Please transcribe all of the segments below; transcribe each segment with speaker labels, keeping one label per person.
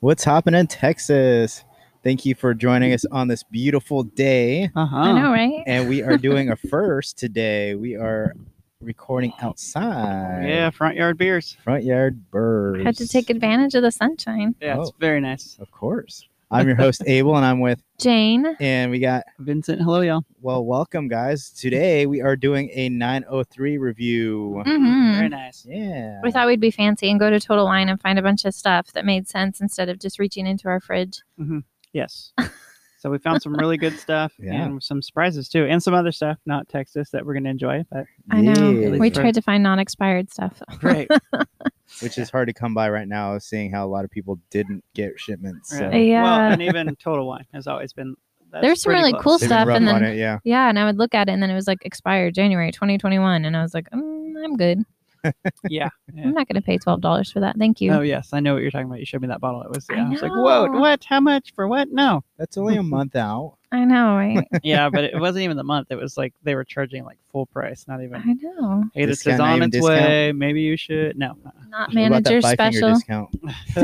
Speaker 1: What's happening, Texas? Thank you for joining us on this beautiful day.
Speaker 2: Uh-huh.
Speaker 3: I know, right?
Speaker 1: And we are doing a first today. We are recording outside.
Speaker 2: Yeah, front yard beers.
Speaker 1: Front yard birds.
Speaker 3: Had to take advantage of the sunshine.
Speaker 2: Yeah, it's
Speaker 1: Oh.
Speaker 2: very nice.
Speaker 1: Of course. I'm your host, Abel, and I'm with,
Speaker 3: Jane,
Speaker 1: and we got,
Speaker 2: Vincent, hello y'all.
Speaker 1: well, welcome, guys. Today we are doing a 903 review.
Speaker 3: hmm
Speaker 2: Very nice.
Speaker 1: Yeah.
Speaker 3: we thought we'd be fancy and go to Total Wine and find a bunch of stuff that made sense instead of just reaching into our fridge.
Speaker 2: Yes. So we found some really good stuff
Speaker 1: Yeah.
Speaker 2: and some surprises too, and some other stuff, not Texas, that we're gonna enjoy. But
Speaker 3: I know.
Speaker 1: Yeah.
Speaker 3: We
Speaker 2: for-
Speaker 3: tried to find non expired stuff.
Speaker 2: great.
Speaker 1: Which is hard to come by right now, seeing how a lot of people didn't get shipments. So.
Speaker 2: Right.
Speaker 1: they've
Speaker 3: Yeah.
Speaker 2: Well, and even Total Wine has always been. that's
Speaker 3: There's some
Speaker 2: pretty
Speaker 3: really cool
Speaker 1: been
Speaker 3: Stuff,
Speaker 1: rough
Speaker 3: and then-
Speaker 1: on it, yeah.
Speaker 3: Yeah, and I would look at it and then it was like expired January 2021. And I was like, mm, I'm good.
Speaker 2: Yeah. yeah.
Speaker 3: I'm not going to pay $12 for that. Thank you.
Speaker 2: Oh yes, I know what you're talking about. You showed me that bottle. It was.
Speaker 3: I
Speaker 2: Yeah, I, was like, whoa,
Speaker 3: know.
Speaker 2: what? How much for what? No.
Speaker 1: That's only a month out.
Speaker 3: I know, right?
Speaker 2: Yeah, but it wasn't even the month. It was like they were charging like full price, not even.
Speaker 3: I know.
Speaker 2: Hey, this
Speaker 1: Discount,
Speaker 2: is
Speaker 1: not
Speaker 2: on
Speaker 1: even
Speaker 2: its
Speaker 1: discount?
Speaker 2: way. Maybe you should. No. uh-uh. no,
Speaker 3: Not
Speaker 1: What about that
Speaker 3: manager
Speaker 1: five-finger
Speaker 3: special.
Speaker 1: discount.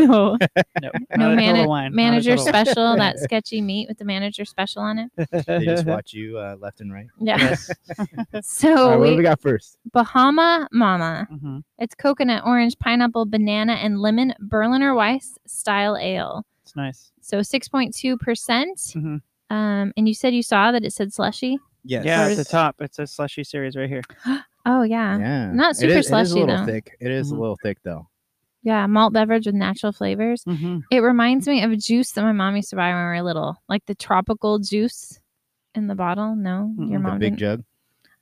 Speaker 3: No.
Speaker 2: No,
Speaker 3: No
Speaker 2: not a
Speaker 3: mana-
Speaker 2: total wine, not a
Speaker 3: manager
Speaker 2: total wine.
Speaker 3: special, that sketchy meat with the manager special on it.
Speaker 1: They just watch you uh, left and right.
Speaker 3: Yeah.
Speaker 2: Yes.
Speaker 1: All
Speaker 3: So
Speaker 1: right,
Speaker 2: Oh,
Speaker 1: what do we
Speaker 3: we,
Speaker 1: got first?
Speaker 3: Bahama Mama.
Speaker 2: Mhm.
Speaker 3: It's coconut, orange, pineapple, banana, and lemon Berliner Weiss style ale.
Speaker 2: It's nice.
Speaker 3: So 6.2%. percent
Speaker 2: Mhm.
Speaker 1: Mm-hmm.
Speaker 3: Um, and you said you saw that it said slushy.
Speaker 1: Yes.
Speaker 2: Yeah, at the top it says slushy series right here.
Speaker 3: Oh, yeah. Yeah.
Speaker 1: Yeah.
Speaker 3: Not super
Speaker 1: it is, It is a
Speaker 3: slushy,
Speaker 1: little
Speaker 3: though.
Speaker 1: thick. It is
Speaker 2: Mhm.
Speaker 1: a little thick though.
Speaker 3: Malt beverage with natural flavors.
Speaker 2: Mm-hmm.
Speaker 3: It reminds me of a juice that my mom used to buy when we were little, like the tropical juice in the bottle. No, your
Speaker 2: Mm-mm.
Speaker 1: The
Speaker 3: mom.
Speaker 1: big
Speaker 3: Didn't,
Speaker 1: jug,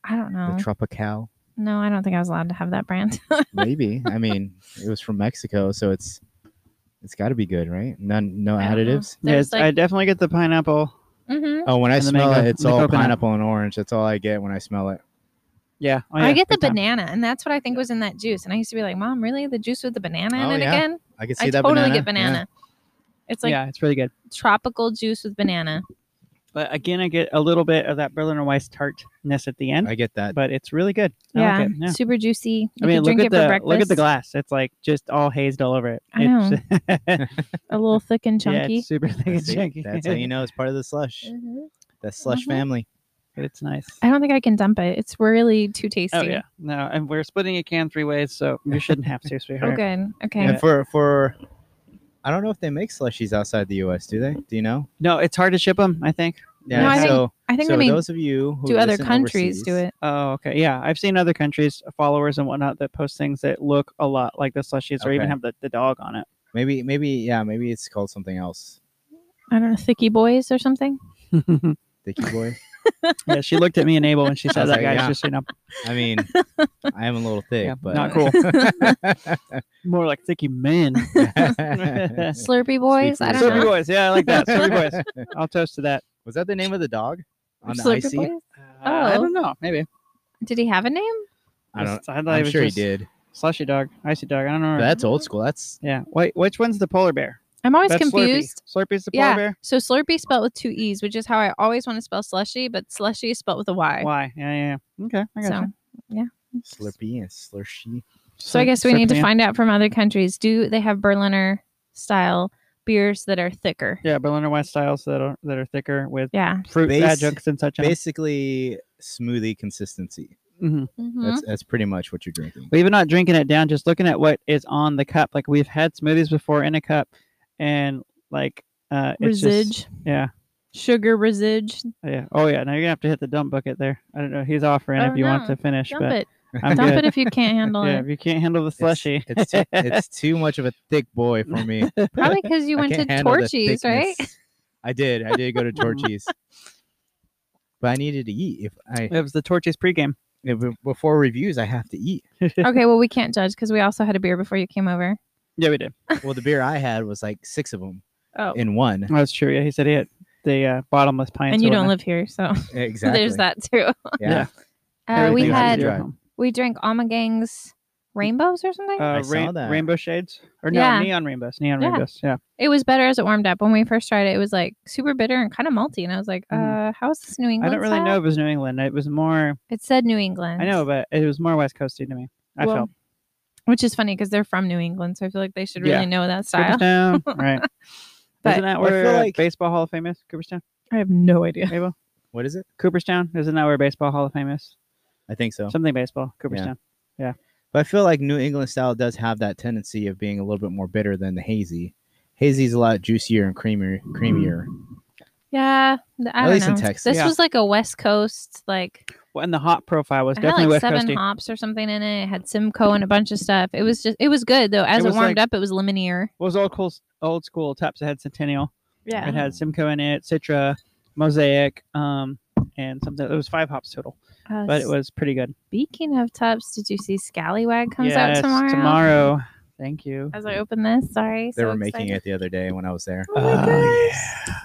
Speaker 3: I don't know.
Speaker 1: the Tropical.
Speaker 3: no, I don't think I was allowed to have that brand.
Speaker 1: Maybe. I mean, it was from Mexico, so it's it's got to be good, right? None, no
Speaker 3: I don't know.
Speaker 1: additives.
Speaker 2: Yeah,
Speaker 3: There's
Speaker 2: it's- I
Speaker 3: like,
Speaker 2: definitely get the pineapple.
Speaker 3: Mhm.
Speaker 1: Oh, when I
Speaker 2: And the
Speaker 1: smell
Speaker 2: mango
Speaker 1: it, it's
Speaker 2: and the
Speaker 1: all
Speaker 2: coconut.
Speaker 1: pineapple and orange. That's all I get when I smell it.
Speaker 2: Yeah. Oh, yeah,
Speaker 3: I get the
Speaker 2: big time.
Speaker 3: banana, and that's what I think was in that juice. And I used to be like, Mom, really? The juice with the banana in
Speaker 1: Oh,
Speaker 3: it
Speaker 1: yeah.
Speaker 3: again?
Speaker 1: I can see
Speaker 3: I
Speaker 1: that
Speaker 3: totally
Speaker 1: banana.
Speaker 3: get banana. It's like
Speaker 2: yeah, it's really good.
Speaker 3: tropical juice with banana.
Speaker 2: But again, I get a little bit of that Berliner Weiss tartness at the end,
Speaker 1: Yeah, I get that.
Speaker 2: but it's really good. I
Speaker 3: yeah.
Speaker 2: like it, yeah.
Speaker 3: Super juicy. You
Speaker 2: I mean, look
Speaker 3: could drink
Speaker 2: at
Speaker 3: it for
Speaker 2: the
Speaker 3: breakfast.
Speaker 2: look at the glass. It's like just all hazed all over it.
Speaker 3: I
Speaker 2: It's-
Speaker 3: A little thick and
Speaker 2: yeah,
Speaker 3: chunky.
Speaker 2: it's super thick and
Speaker 1: That's, it.
Speaker 2: chunky.
Speaker 1: That's how you know it's part of the slush.
Speaker 3: Mhm.
Speaker 1: The slush
Speaker 3: Mhm.
Speaker 1: family.
Speaker 2: But it's nice.
Speaker 3: I don't think I can dump it. It's really too tasty.
Speaker 2: Oh yeah. No, and we're splitting a can three ways, so you shouldn't have to,
Speaker 3: Oh,
Speaker 2: sweetheart.
Speaker 3: good. Okay.
Speaker 1: And for for, I don't know if they make slushies outside the U.S. Do they? Do you know?
Speaker 2: No, it's hard to ship them. I think.
Speaker 1: Yeah.
Speaker 3: No, I think-
Speaker 1: so
Speaker 3: I think
Speaker 1: so
Speaker 3: they may
Speaker 1: those of you who
Speaker 3: do other
Speaker 1: listen
Speaker 3: countries do
Speaker 1: overseas-
Speaker 3: it.
Speaker 2: Oh, okay. Yeah, I've seen other countries' uh, followers and whatnot that post things that look a lot like the slushies, or even
Speaker 1: Okay.
Speaker 2: have the, the dog on it.
Speaker 1: Maybe, maybe, yeah, maybe it's called something else.
Speaker 3: I don't know, thicky boys or something.
Speaker 1: Dicky boy.
Speaker 2: yeah, she looked at me and Abel when she
Speaker 1: I
Speaker 2: said
Speaker 1: was
Speaker 2: that,
Speaker 1: like,
Speaker 2: guys.
Speaker 1: yeah.
Speaker 2: Just so you know,
Speaker 1: I mean, I am a little thick,
Speaker 2: Yeah,
Speaker 1: but
Speaker 2: not cool. more like thicky men.
Speaker 3: Slurpy boys. I
Speaker 1: Slurpy
Speaker 3: don't
Speaker 2: Survey
Speaker 3: know.
Speaker 2: boys, yeah, I like that. Survey boys. I'll toast to that.
Speaker 1: Was that the name of the dog on the
Speaker 3: Slurpy
Speaker 1: icy?
Speaker 3: boys?
Speaker 2: Uh, I
Speaker 3: Oh.
Speaker 2: don't know. Maybe.
Speaker 3: Did he have a name?
Speaker 1: I don't.
Speaker 2: It's- I thought it
Speaker 1: I'm
Speaker 2: was
Speaker 1: sure he
Speaker 2: just
Speaker 1: did.
Speaker 2: Slushy dog, icy dog. I don't know.
Speaker 1: But that's old school. That's
Speaker 2: yeah. Wait, which one's the polar bear?
Speaker 3: I'm always
Speaker 2: That's Slurpee.
Speaker 3: confused.
Speaker 2: Slurpee's the polar
Speaker 3: Yeah.
Speaker 2: bear.
Speaker 3: So Slurpee spelled with two E's, which is how I always want to spell slushy, but slushy is spelt with a Y.
Speaker 2: Why? Yeah, yeah. yeah. Okay, I got
Speaker 3: so,
Speaker 2: you.
Speaker 1: Slurpee and Slurshy.
Speaker 3: so I guess we need to find out from other countries. Do they have Berliner style beers that are thicker?
Speaker 2: Yeah, Berliner Weiss styles that are that are thicker with
Speaker 3: Yeah.
Speaker 2: fruit
Speaker 1: Base-
Speaker 2: adjuncts and such. on 'em.
Speaker 1: Basically, smoothie consistency.
Speaker 2: Mhm.
Speaker 3: Mhm.
Speaker 1: That's that's pretty much what you're drinking.
Speaker 2: But even not drinking it down, just looking at what is on the cup. Like we've had smoothies before in a cup, and like uh, it's
Speaker 3: Residge,
Speaker 2: Just, yeah,
Speaker 3: sugar residge.
Speaker 2: yeah. Oh yeah. Now you're gonna have to hit the dump bucket there. I don't know. He's offering
Speaker 3: I
Speaker 2: if
Speaker 3: don't
Speaker 2: you want
Speaker 3: know.
Speaker 2: to finish,
Speaker 3: Oh, Dump
Speaker 2: but
Speaker 3: it.
Speaker 2: I'm
Speaker 3: Dump
Speaker 2: good.
Speaker 3: it if you can't handle
Speaker 2: yeah,
Speaker 3: it.
Speaker 2: if you can't handle the slushy,
Speaker 1: It's too, it's too much of a thick boy for me.
Speaker 3: Probably because you
Speaker 1: I
Speaker 3: went to
Speaker 1: can't handle the
Speaker 3: Torchy's, right?
Speaker 1: thickness. I did. I did go to Torchy's. but I needed to eat. If I
Speaker 2: it was the Torches pregame.
Speaker 1: if, before reviews, I have to eat.
Speaker 3: okay, well we can't judge because we also had a beer before you came over.
Speaker 2: Yeah, we did.
Speaker 1: Well, the beer I had was like six of them
Speaker 3: Oh,
Speaker 1: in one.
Speaker 2: That's true. Yeah, he said he had the uh, bottomless pints.
Speaker 3: and
Speaker 2: or
Speaker 3: you don't
Speaker 2: whatnot.
Speaker 3: live here, so
Speaker 1: Exactly.
Speaker 3: there's that too.
Speaker 1: Yeah.
Speaker 3: Uh, we
Speaker 2: Everything else is
Speaker 3: had
Speaker 2: your
Speaker 1: Right.
Speaker 2: home.
Speaker 3: we drank Amagang's rainbows or something.
Speaker 2: Mm. uh,
Speaker 1: I
Speaker 2: ra-
Speaker 1: saw that.
Speaker 2: rainbow shades or no
Speaker 3: Yeah.
Speaker 2: neon rainbows, neon
Speaker 3: Yeah.
Speaker 2: rainbows. Yeah.
Speaker 3: It was better as it warmed up. When we first tried it, it was like super bitter and kind of malty, and I was like,
Speaker 2: Mhm.
Speaker 3: "Uh, how is this New
Speaker 2: I
Speaker 3: England?"
Speaker 2: don't really
Speaker 3: style?
Speaker 2: know if it was New England. It was more.
Speaker 3: It said New England.
Speaker 2: I know, but it was more West Coasty to me. I
Speaker 3: Well,
Speaker 2: felt.
Speaker 3: which is funny because they're from New England, so I feel like they should really
Speaker 2: Yeah.
Speaker 3: know that style.
Speaker 2: Cooperstown, right?
Speaker 3: But-
Speaker 2: Isn't that
Speaker 1: I feel
Speaker 2: where uh,
Speaker 1: like-
Speaker 2: baseball Hall of Fame is? Cooperstown,
Speaker 3: I have no idea.
Speaker 2: Abel?
Speaker 1: What is it?
Speaker 2: Cooperstown, isn't that where baseball Hall of Fame is?
Speaker 1: I think so.
Speaker 2: Something baseball, Cooperstown.
Speaker 1: But I feel like New England style does have that tendency of being a little bit more bitter than the hazy. Hazy's a lot juicier and creamier. creamier.
Speaker 3: Mm, Yeah, th- I
Speaker 1: At
Speaker 3: don't
Speaker 1: least
Speaker 3: know.
Speaker 1: in Texas.
Speaker 3: This
Speaker 2: Yeah.
Speaker 3: was like a West Coast like
Speaker 2: Well, and the hot profile was
Speaker 3: it had
Speaker 2: definitely West
Speaker 3: like seven
Speaker 2: Coasty.
Speaker 3: hops or something in it. It had Simcoe and a bunch of stuff. It was just it was good though. As
Speaker 2: It
Speaker 3: it,
Speaker 2: was
Speaker 3: warmed
Speaker 2: like-
Speaker 3: up, it was lemonier.
Speaker 2: What was old cool, old school types? It had Centennial.
Speaker 1: Yeah.
Speaker 2: It had Simcoe in it, Citra, Mosaic, um, and something. It was five hops total,
Speaker 3: Uh,
Speaker 2: but it was pretty good.
Speaker 3: speaking of tubs, did you see Scallywag comes
Speaker 2: Yes,
Speaker 3: out tomorrow?
Speaker 2: Tomorrow. Thank you.
Speaker 3: As I open this, sorry.
Speaker 1: They
Speaker 3: so
Speaker 1: were making
Speaker 3: excited.
Speaker 1: it the other day when I was there.
Speaker 3: Oh my
Speaker 2: Oh,
Speaker 3: gosh.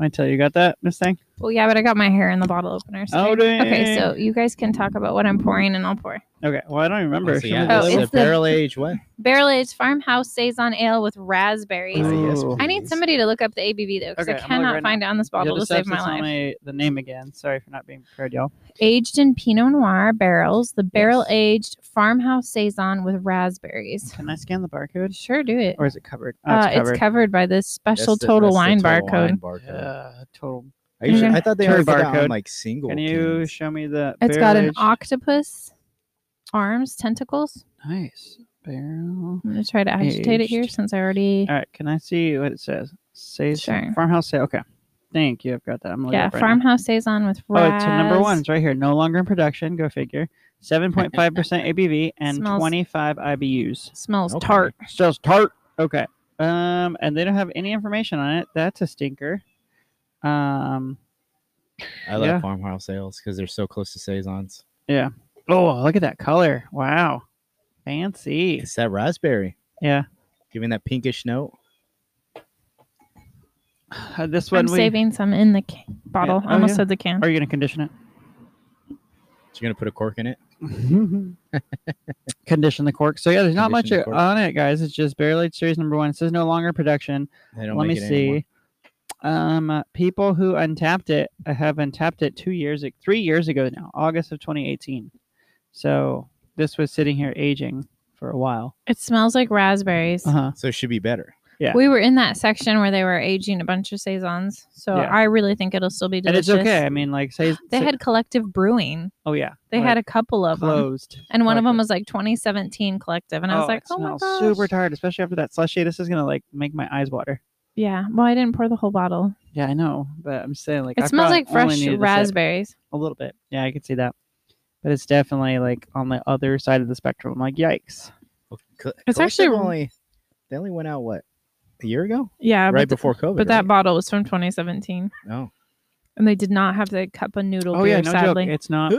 Speaker 2: I tell you, you got that, Miss Thing?
Speaker 3: Well, yeah, but I got my hair in the bottle opener. So
Speaker 2: Oh, dang.
Speaker 3: okay, so you guys can talk about what I'm pouring, and I'll pour.
Speaker 2: Okay. Well, I don't remember.
Speaker 1: So,
Speaker 2: Should
Speaker 1: yeah,
Speaker 2: we
Speaker 3: Oh,
Speaker 1: it's a
Speaker 2: deliver?
Speaker 3: it's the-
Speaker 1: barrel aged what?
Speaker 3: Barrel aged farmhouse saison ale with raspberries.
Speaker 2: Ooh.
Speaker 1: Oh,
Speaker 3: I need somebody to look up the ABV though, because
Speaker 2: Okay, I'm
Speaker 3: I
Speaker 2: gonna
Speaker 3: cannot
Speaker 2: look right
Speaker 3: find it on this
Speaker 2: Yeah,
Speaker 3: bottle
Speaker 2: the
Speaker 3: to save my
Speaker 2: substance on
Speaker 3: life.
Speaker 2: my- the name again. Sorry for not being prepared, y'all.
Speaker 3: Aged in Pinot Noir barrels, the barrel aged farmhouse saison with raspberries.
Speaker 2: Can I scan the barcode?
Speaker 3: Sure, do it.
Speaker 2: Or is it covered? Oh,
Speaker 3: Uh, it's, covered. by this special
Speaker 1: That's the-
Speaker 3: total
Speaker 1: that's the
Speaker 3: wine
Speaker 1: total
Speaker 3: barcode.
Speaker 1: wine barcode.
Speaker 2: Yeah, total.
Speaker 1: Are you sure?
Speaker 3: Yeah.
Speaker 1: I thought they
Speaker 2: Turn
Speaker 1: were barcode.
Speaker 2: barcode.
Speaker 1: on like single.
Speaker 2: Can you
Speaker 1: cans.
Speaker 2: show me the?
Speaker 3: It's got an
Speaker 2: barrel-aged-
Speaker 3: octopus arms, tentacles.
Speaker 2: Nice barrel.
Speaker 3: I'm gonna try to agitate it here
Speaker 2: Aged.
Speaker 3: since I already
Speaker 2: All right, can I see what it says? Say
Speaker 3: Sure.
Speaker 2: farmhouse say okay. Thank you. I've got that. I'm looking
Speaker 3: yeah
Speaker 2: up right
Speaker 3: farmhouse saison with
Speaker 2: Now. Oh, it's number
Speaker 3: ras-
Speaker 2: one. It's right here. No longer in production. Go figure. Seven point five percent ABV and
Speaker 3: Smells-
Speaker 2: twenty five IBUs.
Speaker 3: Smells
Speaker 1: Okay.
Speaker 3: tart.
Speaker 2: Sells tart. Okay. Um, and they don't have any information on it. That's a stinker. Um.
Speaker 1: I love
Speaker 2: Yeah.
Speaker 1: farmhouse sales because they're so close to saisons.
Speaker 2: Oh, look at that color. Wow. Fancy.
Speaker 1: It's that raspberry,
Speaker 2: Yeah.
Speaker 1: giving that pinkish note.
Speaker 2: Uh, this one
Speaker 3: I'm
Speaker 2: we
Speaker 3: saving some in the ca- bottle.
Speaker 2: Oh,
Speaker 3: I Almost
Speaker 2: yeah.
Speaker 3: said the can.
Speaker 2: are you gonna condition
Speaker 1: You're gonna put a cork in it.
Speaker 2: it? condition the cork. So yeah, there's not much
Speaker 1: Condition the cork.
Speaker 2: on it, guys. It's just barrel aged series number one. It says no longer in production.
Speaker 1: They don't
Speaker 2: Let me
Speaker 1: make it anymore.
Speaker 2: see. Um, uh, people who untapped it uh, have untapped it two years, ag- three years ago now, August of 2018. So this was sitting here aging for a while.
Speaker 3: It smells like raspberries.
Speaker 2: Uh-huh.
Speaker 1: So it should be better.
Speaker 2: yeah.
Speaker 3: We were in that section where they were aging a bunch of saisons, so
Speaker 2: Yeah.
Speaker 3: I really think it'll still be
Speaker 2: And it's
Speaker 3: delicious.
Speaker 2: okay. I mean, like, say
Speaker 3: They
Speaker 2: say-
Speaker 3: had collective brewing.
Speaker 2: oh yeah,
Speaker 3: They had a couple of them,
Speaker 2: closed,
Speaker 3: and one of them
Speaker 2: collective.
Speaker 3: was like 2017 collective, and I was like,
Speaker 2: it
Speaker 3: oh my
Speaker 2: smells
Speaker 3: gosh,
Speaker 2: super tired, especially after that slushy. This is gonna like make my eyes water.
Speaker 3: Yeah, well, I didn't pour the whole bottle.
Speaker 2: Yeah, I know, but I'm saying like
Speaker 3: It
Speaker 2: I
Speaker 3: smells
Speaker 2: probably
Speaker 3: like
Speaker 2: only
Speaker 3: fresh
Speaker 2: needed a sip.
Speaker 3: raspberries.
Speaker 2: a little bit. Yeah, I could see that, but it's definitely like on the other side of the spectrum. I'm like, yikes.
Speaker 1: Well, co-
Speaker 3: It's actually-
Speaker 1: collective only. They only went out what a year ago,
Speaker 3: Yeah,
Speaker 1: right
Speaker 3: but, th-
Speaker 1: before COVID.
Speaker 3: but that
Speaker 1: right?
Speaker 3: bottle was from 2017,
Speaker 1: no.
Speaker 3: and they did not have the cup of noodle
Speaker 2: Oh
Speaker 3: beer.
Speaker 2: yeah, no
Speaker 3: sadly,
Speaker 2: joke. It's not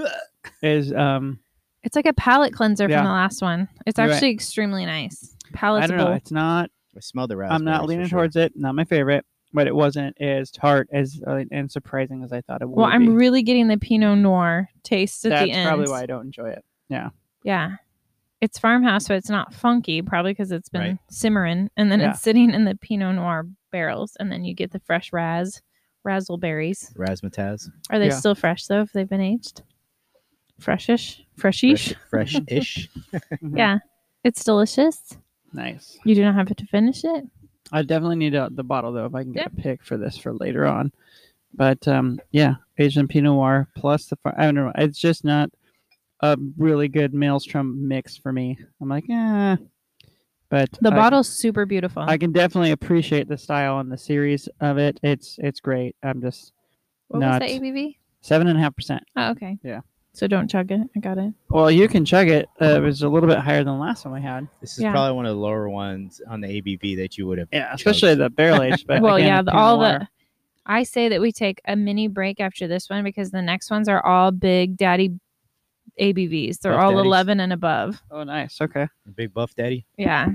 Speaker 2: is um.
Speaker 3: It's like a palate cleanser
Speaker 2: Yeah.
Speaker 3: from the last one. It's
Speaker 2: You're right.
Speaker 3: actually extremely nice.
Speaker 2: I
Speaker 3: Palatable.
Speaker 2: don't know. It's not.
Speaker 1: I smell the raspberry.
Speaker 2: I'm not leaning towards it. Not my favorite, but it wasn't as tart as uh, and surprising as I thought it would.
Speaker 3: well,
Speaker 2: be.
Speaker 3: I'm really getting the Pinot Noir taste at
Speaker 2: That's
Speaker 3: the end.
Speaker 2: probably why I don't enjoy it.
Speaker 3: Yeah. It's farmhouse, but it's not funky, probably because it's been
Speaker 1: Right.
Speaker 3: simmering. And then
Speaker 2: Yeah.
Speaker 3: it's sitting in the Pinot Noir barrels. And then you get the fresh raz, razzleberries.
Speaker 1: razzmatazz,
Speaker 3: Are they
Speaker 2: Yeah.
Speaker 3: still fresh, though, if they've been aged? Freshish? Freshish?
Speaker 1: fresh, fresh-ish.
Speaker 2: Mhm.
Speaker 3: Yeah. It's delicious.
Speaker 2: Nice.
Speaker 3: You do not have to finish it.
Speaker 2: I definitely need uh the bottle though if I can get a pick for this for later on. But um, yeah, Asian Pinot Noir plus the far- I don't know. It's just not a really good maelstrom mix for me. I'm like, eh. But
Speaker 3: The
Speaker 2: I-
Speaker 3: bottle's super beautiful.
Speaker 2: I can definitely appreciate the style and the series of it. It's it's great. I'm just
Speaker 3: what
Speaker 2: not-
Speaker 3: was the ABV?
Speaker 2: seven and a half percent.
Speaker 3: Oh, okay.
Speaker 2: Yeah.
Speaker 3: So don't chug it. I got it.
Speaker 2: Well, you can chug it. Uh, it was a little bit higher than the last one we had.
Speaker 1: This is
Speaker 3: Yeah.
Speaker 1: probably one of the lower ones on the ABV that you would have.
Speaker 2: Yeah, especially the barrel aged. But
Speaker 3: well,
Speaker 2: again,
Speaker 3: yeah,
Speaker 2: the
Speaker 3: the,
Speaker 2: Pinot
Speaker 3: all
Speaker 2: Noir.
Speaker 3: the. I say that we take a mini break after this one because the next ones are all big daddy ABVs. They're
Speaker 1: Puff
Speaker 3: all
Speaker 1: daddies.
Speaker 3: 11 and above.
Speaker 2: Oh, nice. Okay.
Speaker 1: Big Buff Daddy,
Speaker 3: Yeah.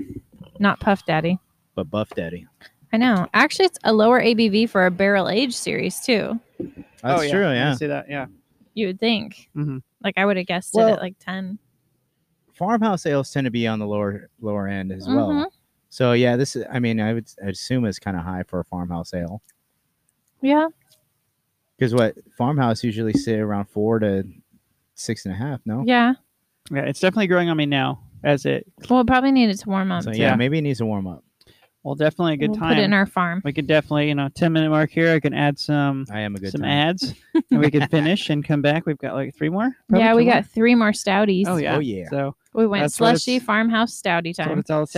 Speaker 3: Not Puff Daddy.
Speaker 1: but Buff Daddy.
Speaker 3: I know. Actually, it's a lower ABV for a barrel age series, too.
Speaker 1: That's
Speaker 2: oh, yeah.
Speaker 1: true.
Speaker 2: I
Speaker 1: Yeah.
Speaker 2: see that. Yeah.
Speaker 3: You would think.
Speaker 2: Mhm.
Speaker 3: Like, I would have guessed it
Speaker 1: Well,
Speaker 3: at like 10.
Speaker 1: Farmhouse ales tend to be on the lower lower end as
Speaker 3: Mhm.
Speaker 2: Mm-hmm.
Speaker 1: well. So yeah, this is. I mean, I would I'd assume it's kind of high for a farmhouse ale
Speaker 3: Yeah.
Speaker 1: because what farmhouse usually sit around four to six and a half. No.
Speaker 3: Yeah.
Speaker 2: Yeah, it's definitely growing on me now. as it.
Speaker 3: We'll probably need it to warm up.
Speaker 1: So
Speaker 3: too.
Speaker 1: yeah,
Speaker 2: Yeah.
Speaker 1: maybe it needs to warm up.
Speaker 2: Well, definitely a good
Speaker 3: we'll
Speaker 2: time.
Speaker 3: Put it in our farm.
Speaker 2: we could definitely, you know, ten minute mark here. I can add some
Speaker 1: I am a good
Speaker 2: some
Speaker 1: time.
Speaker 2: ads, and we can finish and come back. We've got like three more. Probably
Speaker 3: yeah,
Speaker 2: two
Speaker 3: we
Speaker 2: more?
Speaker 3: got three more stouties.
Speaker 2: Oh yeah.
Speaker 1: Oh, yeah.
Speaker 2: So
Speaker 3: We went
Speaker 2: That's what it's-
Speaker 3: slushy farmhouse stouty
Speaker 2: that's what
Speaker 3: time.
Speaker 2: it's all about.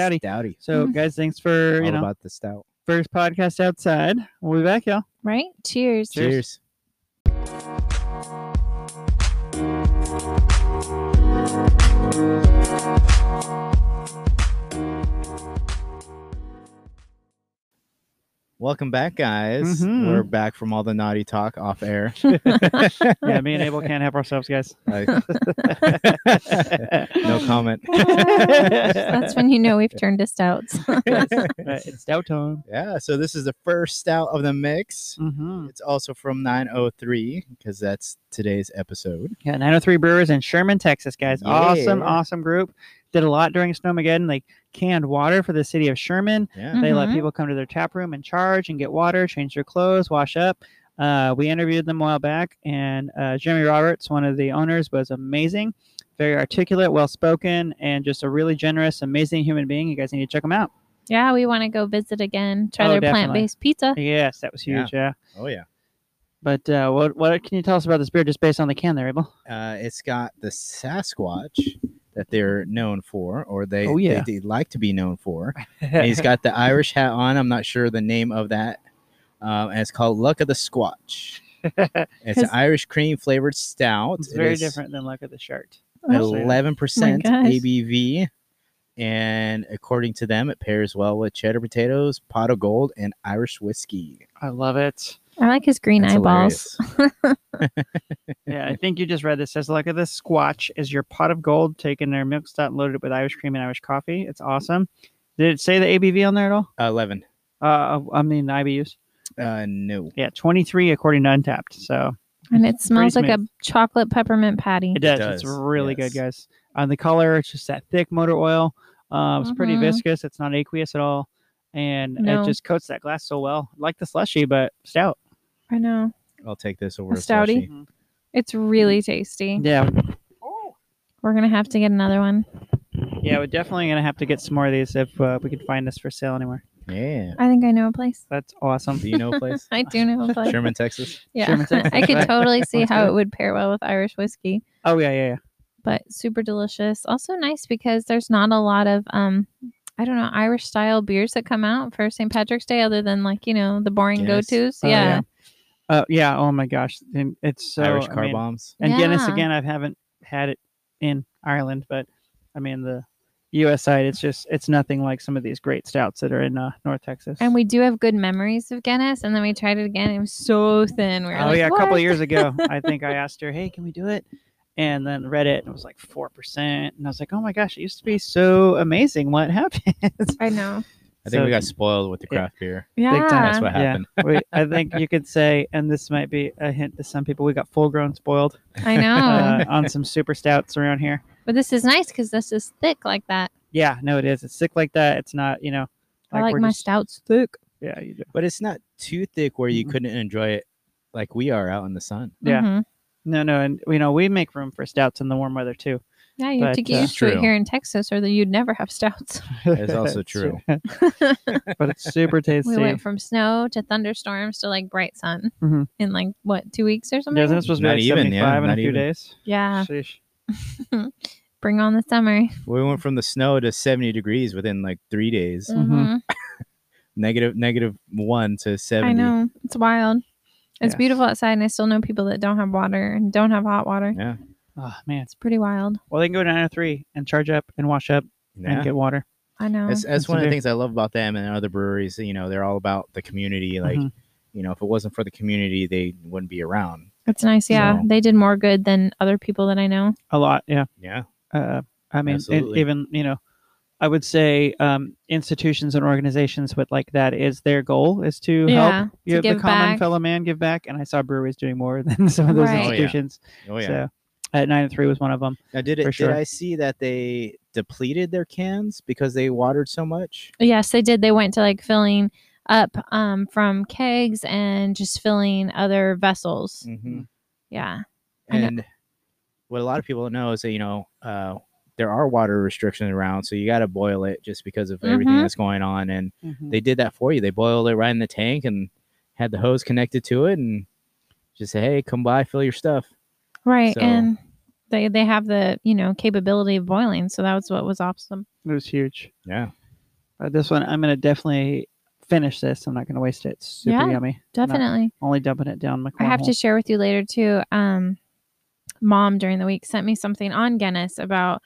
Speaker 1: Stouty.
Speaker 2: So
Speaker 3: Mhm.
Speaker 2: guys, thanks for you
Speaker 1: All
Speaker 2: know
Speaker 1: about the stout.
Speaker 2: first podcast outside. We'll be back, y'all.
Speaker 3: Right? Cheers.
Speaker 2: Cheers.
Speaker 1: Cheers. Welcome back, guys.
Speaker 2: Mhm.
Speaker 1: We're back from all the naughty talk off air.
Speaker 2: Yeah, me and Abel can't help ourselves, guys.
Speaker 1: Like, no comment.
Speaker 3: That's when you know we've turned to stouts.
Speaker 2: Right, it's stout time.
Speaker 1: Yeah, so this is the first stout of the mix.
Speaker 3: Mm-hmm.
Speaker 2: hmm
Speaker 1: It's also from 903 because that's today's episode.
Speaker 2: Yeah, 903 Brewers in Sherman, Texas, guys. Awesome,
Speaker 1: Yeah.
Speaker 2: awesome group. Did a lot during Snowmageddon. They canned water for the city of Sherman.
Speaker 1: Yeah.
Speaker 2: They let
Speaker 3: Mhm.
Speaker 2: people come to their tap room and charge and get water, change their clothes, wash up. Uh, we interviewed them a while back, and uh, Jeremy Roberts, one of the owners, was amazing. Very articulate, well spoken, and just a really generous, amazing human being. You guys need to check him out.
Speaker 3: yeah, we want to go visit again. Try
Speaker 2: Oh,
Speaker 3: their
Speaker 2: definitely.
Speaker 3: plant based pizza.
Speaker 2: Yes, that was
Speaker 1: Yeah.
Speaker 2: huge. Yeah.
Speaker 1: Oh, yeah.
Speaker 2: But uh, what what can you tell us about this beer just based on the can there, Abel?
Speaker 1: Uh, it's got the Sasquatch that they're known for, or they,
Speaker 2: Oh,
Speaker 1: they-
Speaker 2: yeah.
Speaker 1: they, like to be known for. And he's got the Irish hat on. I'm not sure the name of that. Um, and it's called Luck of the Squatch. It's an
Speaker 3: Has-
Speaker 1: Irish cream flavored stout.
Speaker 2: it's
Speaker 1: It
Speaker 2: very
Speaker 1: is
Speaker 2: different than Luck of the Shirt. Oh, yeah.
Speaker 1: 11%
Speaker 3: Oh my gosh.
Speaker 1: ABV. And according to them, it pairs well with cheddar potatoes, pot of gold, and Irish whiskey.
Speaker 2: I love it.
Speaker 3: I like his green
Speaker 1: That's
Speaker 3: eyeballs.
Speaker 1: hilarious.
Speaker 2: Yeah, I think you just read this. Says look at this squatch is your pot of gold taken their milk stout and loaded it with Irish cream and Irish coffee. It's awesome. Did it say the ABV on there at all?
Speaker 1: 11.
Speaker 2: Uh, I mean the IBUs.
Speaker 1: Uh, no.
Speaker 2: Yeah, 23 according to Untapped. So
Speaker 3: And it smells like a
Speaker 2: smooth.
Speaker 3: chocolate peppermint patty.
Speaker 2: it does.
Speaker 1: does,
Speaker 2: It's really
Speaker 1: yes.
Speaker 2: good, guys. On the color, it's just that thick motor oil. Uh, it's pretty
Speaker 3: Mhm.
Speaker 2: viscous. It's not aqueous at all, and
Speaker 3: No.
Speaker 2: it just coats that glass so well. Like the slushy, but stout.
Speaker 3: I know.
Speaker 1: I'll take this over.
Speaker 3: A
Speaker 1: A
Speaker 3: stouty?
Speaker 2: Mm-hmm.
Speaker 1: slushie.
Speaker 3: It's really tasty.
Speaker 2: Yeah,
Speaker 3: Oh. We're going to have to get another one.
Speaker 2: yeah. We're definitely gonna have to get some more of these if uh, we can find this for sale anywhere.
Speaker 1: Yeah.
Speaker 3: I think I know a place.
Speaker 2: That's awesome.
Speaker 1: Do you know a place?
Speaker 3: I do know a place.
Speaker 1: Sherman, Texas.
Speaker 3: Yeah.
Speaker 2: Sherman, Texas,
Speaker 3: I could
Speaker 2: right.
Speaker 3: totally see
Speaker 2: Let's
Speaker 3: how
Speaker 2: do
Speaker 3: it would pair well with Irish whiskey,
Speaker 2: Oh yeah, yeah, yeah.
Speaker 3: but super delicious. Also nice because there's not a lot of um I don't know, Irish style beers that come out for St. Patrick's Day other than like, you know, the boring
Speaker 1: Guinness.
Speaker 3: go-tos.
Speaker 2: Oh,
Speaker 3: yeah.
Speaker 2: yeah. Uh, yeah. Oh my gosh, and it's so
Speaker 1: Irish car
Speaker 2: I mean-
Speaker 1: bombs.
Speaker 2: And Guinness
Speaker 3: Yeah.
Speaker 2: again. I haven't had it in Ireland, but I mean the U.S. side. It's just it's nothing like some of these great stouts that are in uh, North Texas.
Speaker 3: And we do have good memories of Guinness and then we tried it again. and It was so thin. We were
Speaker 2: oh
Speaker 3: like,
Speaker 2: yeah, a couple
Speaker 3: "What?"
Speaker 2: of years ago, I think I asked her, "Hey, can we do it?" And then read it, and it was like four percent, and I was like, "Oh my gosh, it used to be so amazing. What happened?"
Speaker 3: I know.
Speaker 1: I think
Speaker 2: So-
Speaker 1: we got spoiled with the
Speaker 2: Yeah.
Speaker 1: craft beer.
Speaker 3: Yeah.
Speaker 2: time.
Speaker 1: That's what
Speaker 2: Yeah.
Speaker 1: happened.
Speaker 2: we, I think you could say, and this might be a hint to some people, we got full grown spoiled
Speaker 3: I know.
Speaker 2: uh, on some super stouts around here.
Speaker 3: but this is nice cuz this is thick like that.
Speaker 2: Yeah, no, it is. It's thick like that. It's not, you know,
Speaker 3: I like
Speaker 2: we're
Speaker 3: my
Speaker 2: just-
Speaker 3: stouts thick.
Speaker 2: Yeah, you do.
Speaker 1: But it's not too thick where you
Speaker 2: Mm-mm.
Speaker 1: couldn't enjoy it like we are out in the sun.
Speaker 2: Yeah.
Speaker 3: Mhm.
Speaker 2: No, no, and you know we make room for stouts in the warm weather too.
Speaker 3: Yeah, you have to
Speaker 2: But,
Speaker 3: get
Speaker 2: uh,
Speaker 3: used to it
Speaker 1: True.
Speaker 3: here in Texas, or that you'd never have stouts.
Speaker 1: That's also true.
Speaker 2: but it's super tasty.
Speaker 3: We went from snow to thunderstorms to like bright sun
Speaker 2: Mhm.
Speaker 3: in like what two weeks or something.
Speaker 2: Doesn't it supposed to be
Speaker 1: Not
Speaker 2: like
Speaker 1: even, yeah,
Speaker 2: 75 in a
Speaker 1: not
Speaker 2: few
Speaker 1: even.
Speaker 2: days?
Speaker 3: yeah,
Speaker 2: Sheesh.
Speaker 3: bring on the summer.
Speaker 1: We went from the snow to 70 degrees within like three days.
Speaker 2: Mhm.
Speaker 3: Mhm.
Speaker 1: Negative negative one to 70.
Speaker 3: I know it's wild. It's
Speaker 2: Yes.
Speaker 3: beautiful outside, and I still know people that don't have water and don't have hot water.
Speaker 1: Yeah.
Speaker 2: Oh man.
Speaker 3: It's pretty wild.
Speaker 2: Well, they can go down to three and charge up and wash up and
Speaker 1: Yeah.
Speaker 2: get water.
Speaker 3: I know.
Speaker 1: That's, that's
Speaker 2: That's
Speaker 1: one of the
Speaker 2: okay.
Speaker 1: things I love about them and other breweries. You know, they're all about the community. Like,
Speaker 2: Mhm.
Speaker 1: you know, if it wasn't for the community, they wouldn't be around.
Speaker 3: It's nice. Yeah,
Speaker 1: So-
Speaker 3: they did more good than other people that I know.
Speaker 2: A lot, yeah.
Speaker 1: Yeah.
Speaker 2: Uh, I mean, and
Speaker 1: Absolutely.
Speaker 2: even you know, I would say um, institutions and organizations with like that is their goal is to
Speaker 3: yeah,
Speaker 2: help you
Speaker 3: to
Speaker 2: have the
Speaker 3: give
Speaker 2: common
Speaker 3: back.
Speaker 2: fellow man give back. And I saw breweries doing more than some of those
Speaker 3: Right. Oh,
Speaker 1: yeah.
Speaker 2: institutions.
Speaker 1: Oh, yeah.
Speaker 2: So at nine and three was one of them.
Speaker 1: Now, did
Speaker 2: For
Speaker 1: it?
Speaker 2: sure.
Speaker 1: Did I see that they depleted their cans because they watered so much?
Speaker 3: Yes, they did. They went to like filling up um, from kegs and just filling other vessels.
Speaker 2: Mm.
Speaker 1: Mm-hmm.
Speaker 3: Yeah. I know.
Speaker 1: And what a lot of people don't know is that you know uh, there are water restrictions around, so you got to boil it just because of everything
Speaker 2: Mm-hmm.
Speaker 3: Mhm.
Speaker 1: that's going on. And
Speaker 2: Mhm.
Speaker 1: they did that for you. They boiled it right in the tank and had the hose connected to it, and just say, "Hey, come by, fill your stuff."
Speaker 3: Right.
Speaker 1: So-
Speaker 3: And they they have the, you know, capability of boiling. So that was what was awesome.
Speaker 2: It was huge.
Speaker 1: Yeah,
Speaker 2: But Uh, this one, I'm gonna definitely finish this. I'm not gonna waste it. It's super
Speaker 3: Yeah,
Speaker 2: yummy. Not
Speaker 3: Definitely.
Speaker 2: only dumping it down my.
Speaker 3: I have to
Speaker 2: cornhole.
Speaker 3: share with you later too. Um, mom during the week sent me something on Guinness about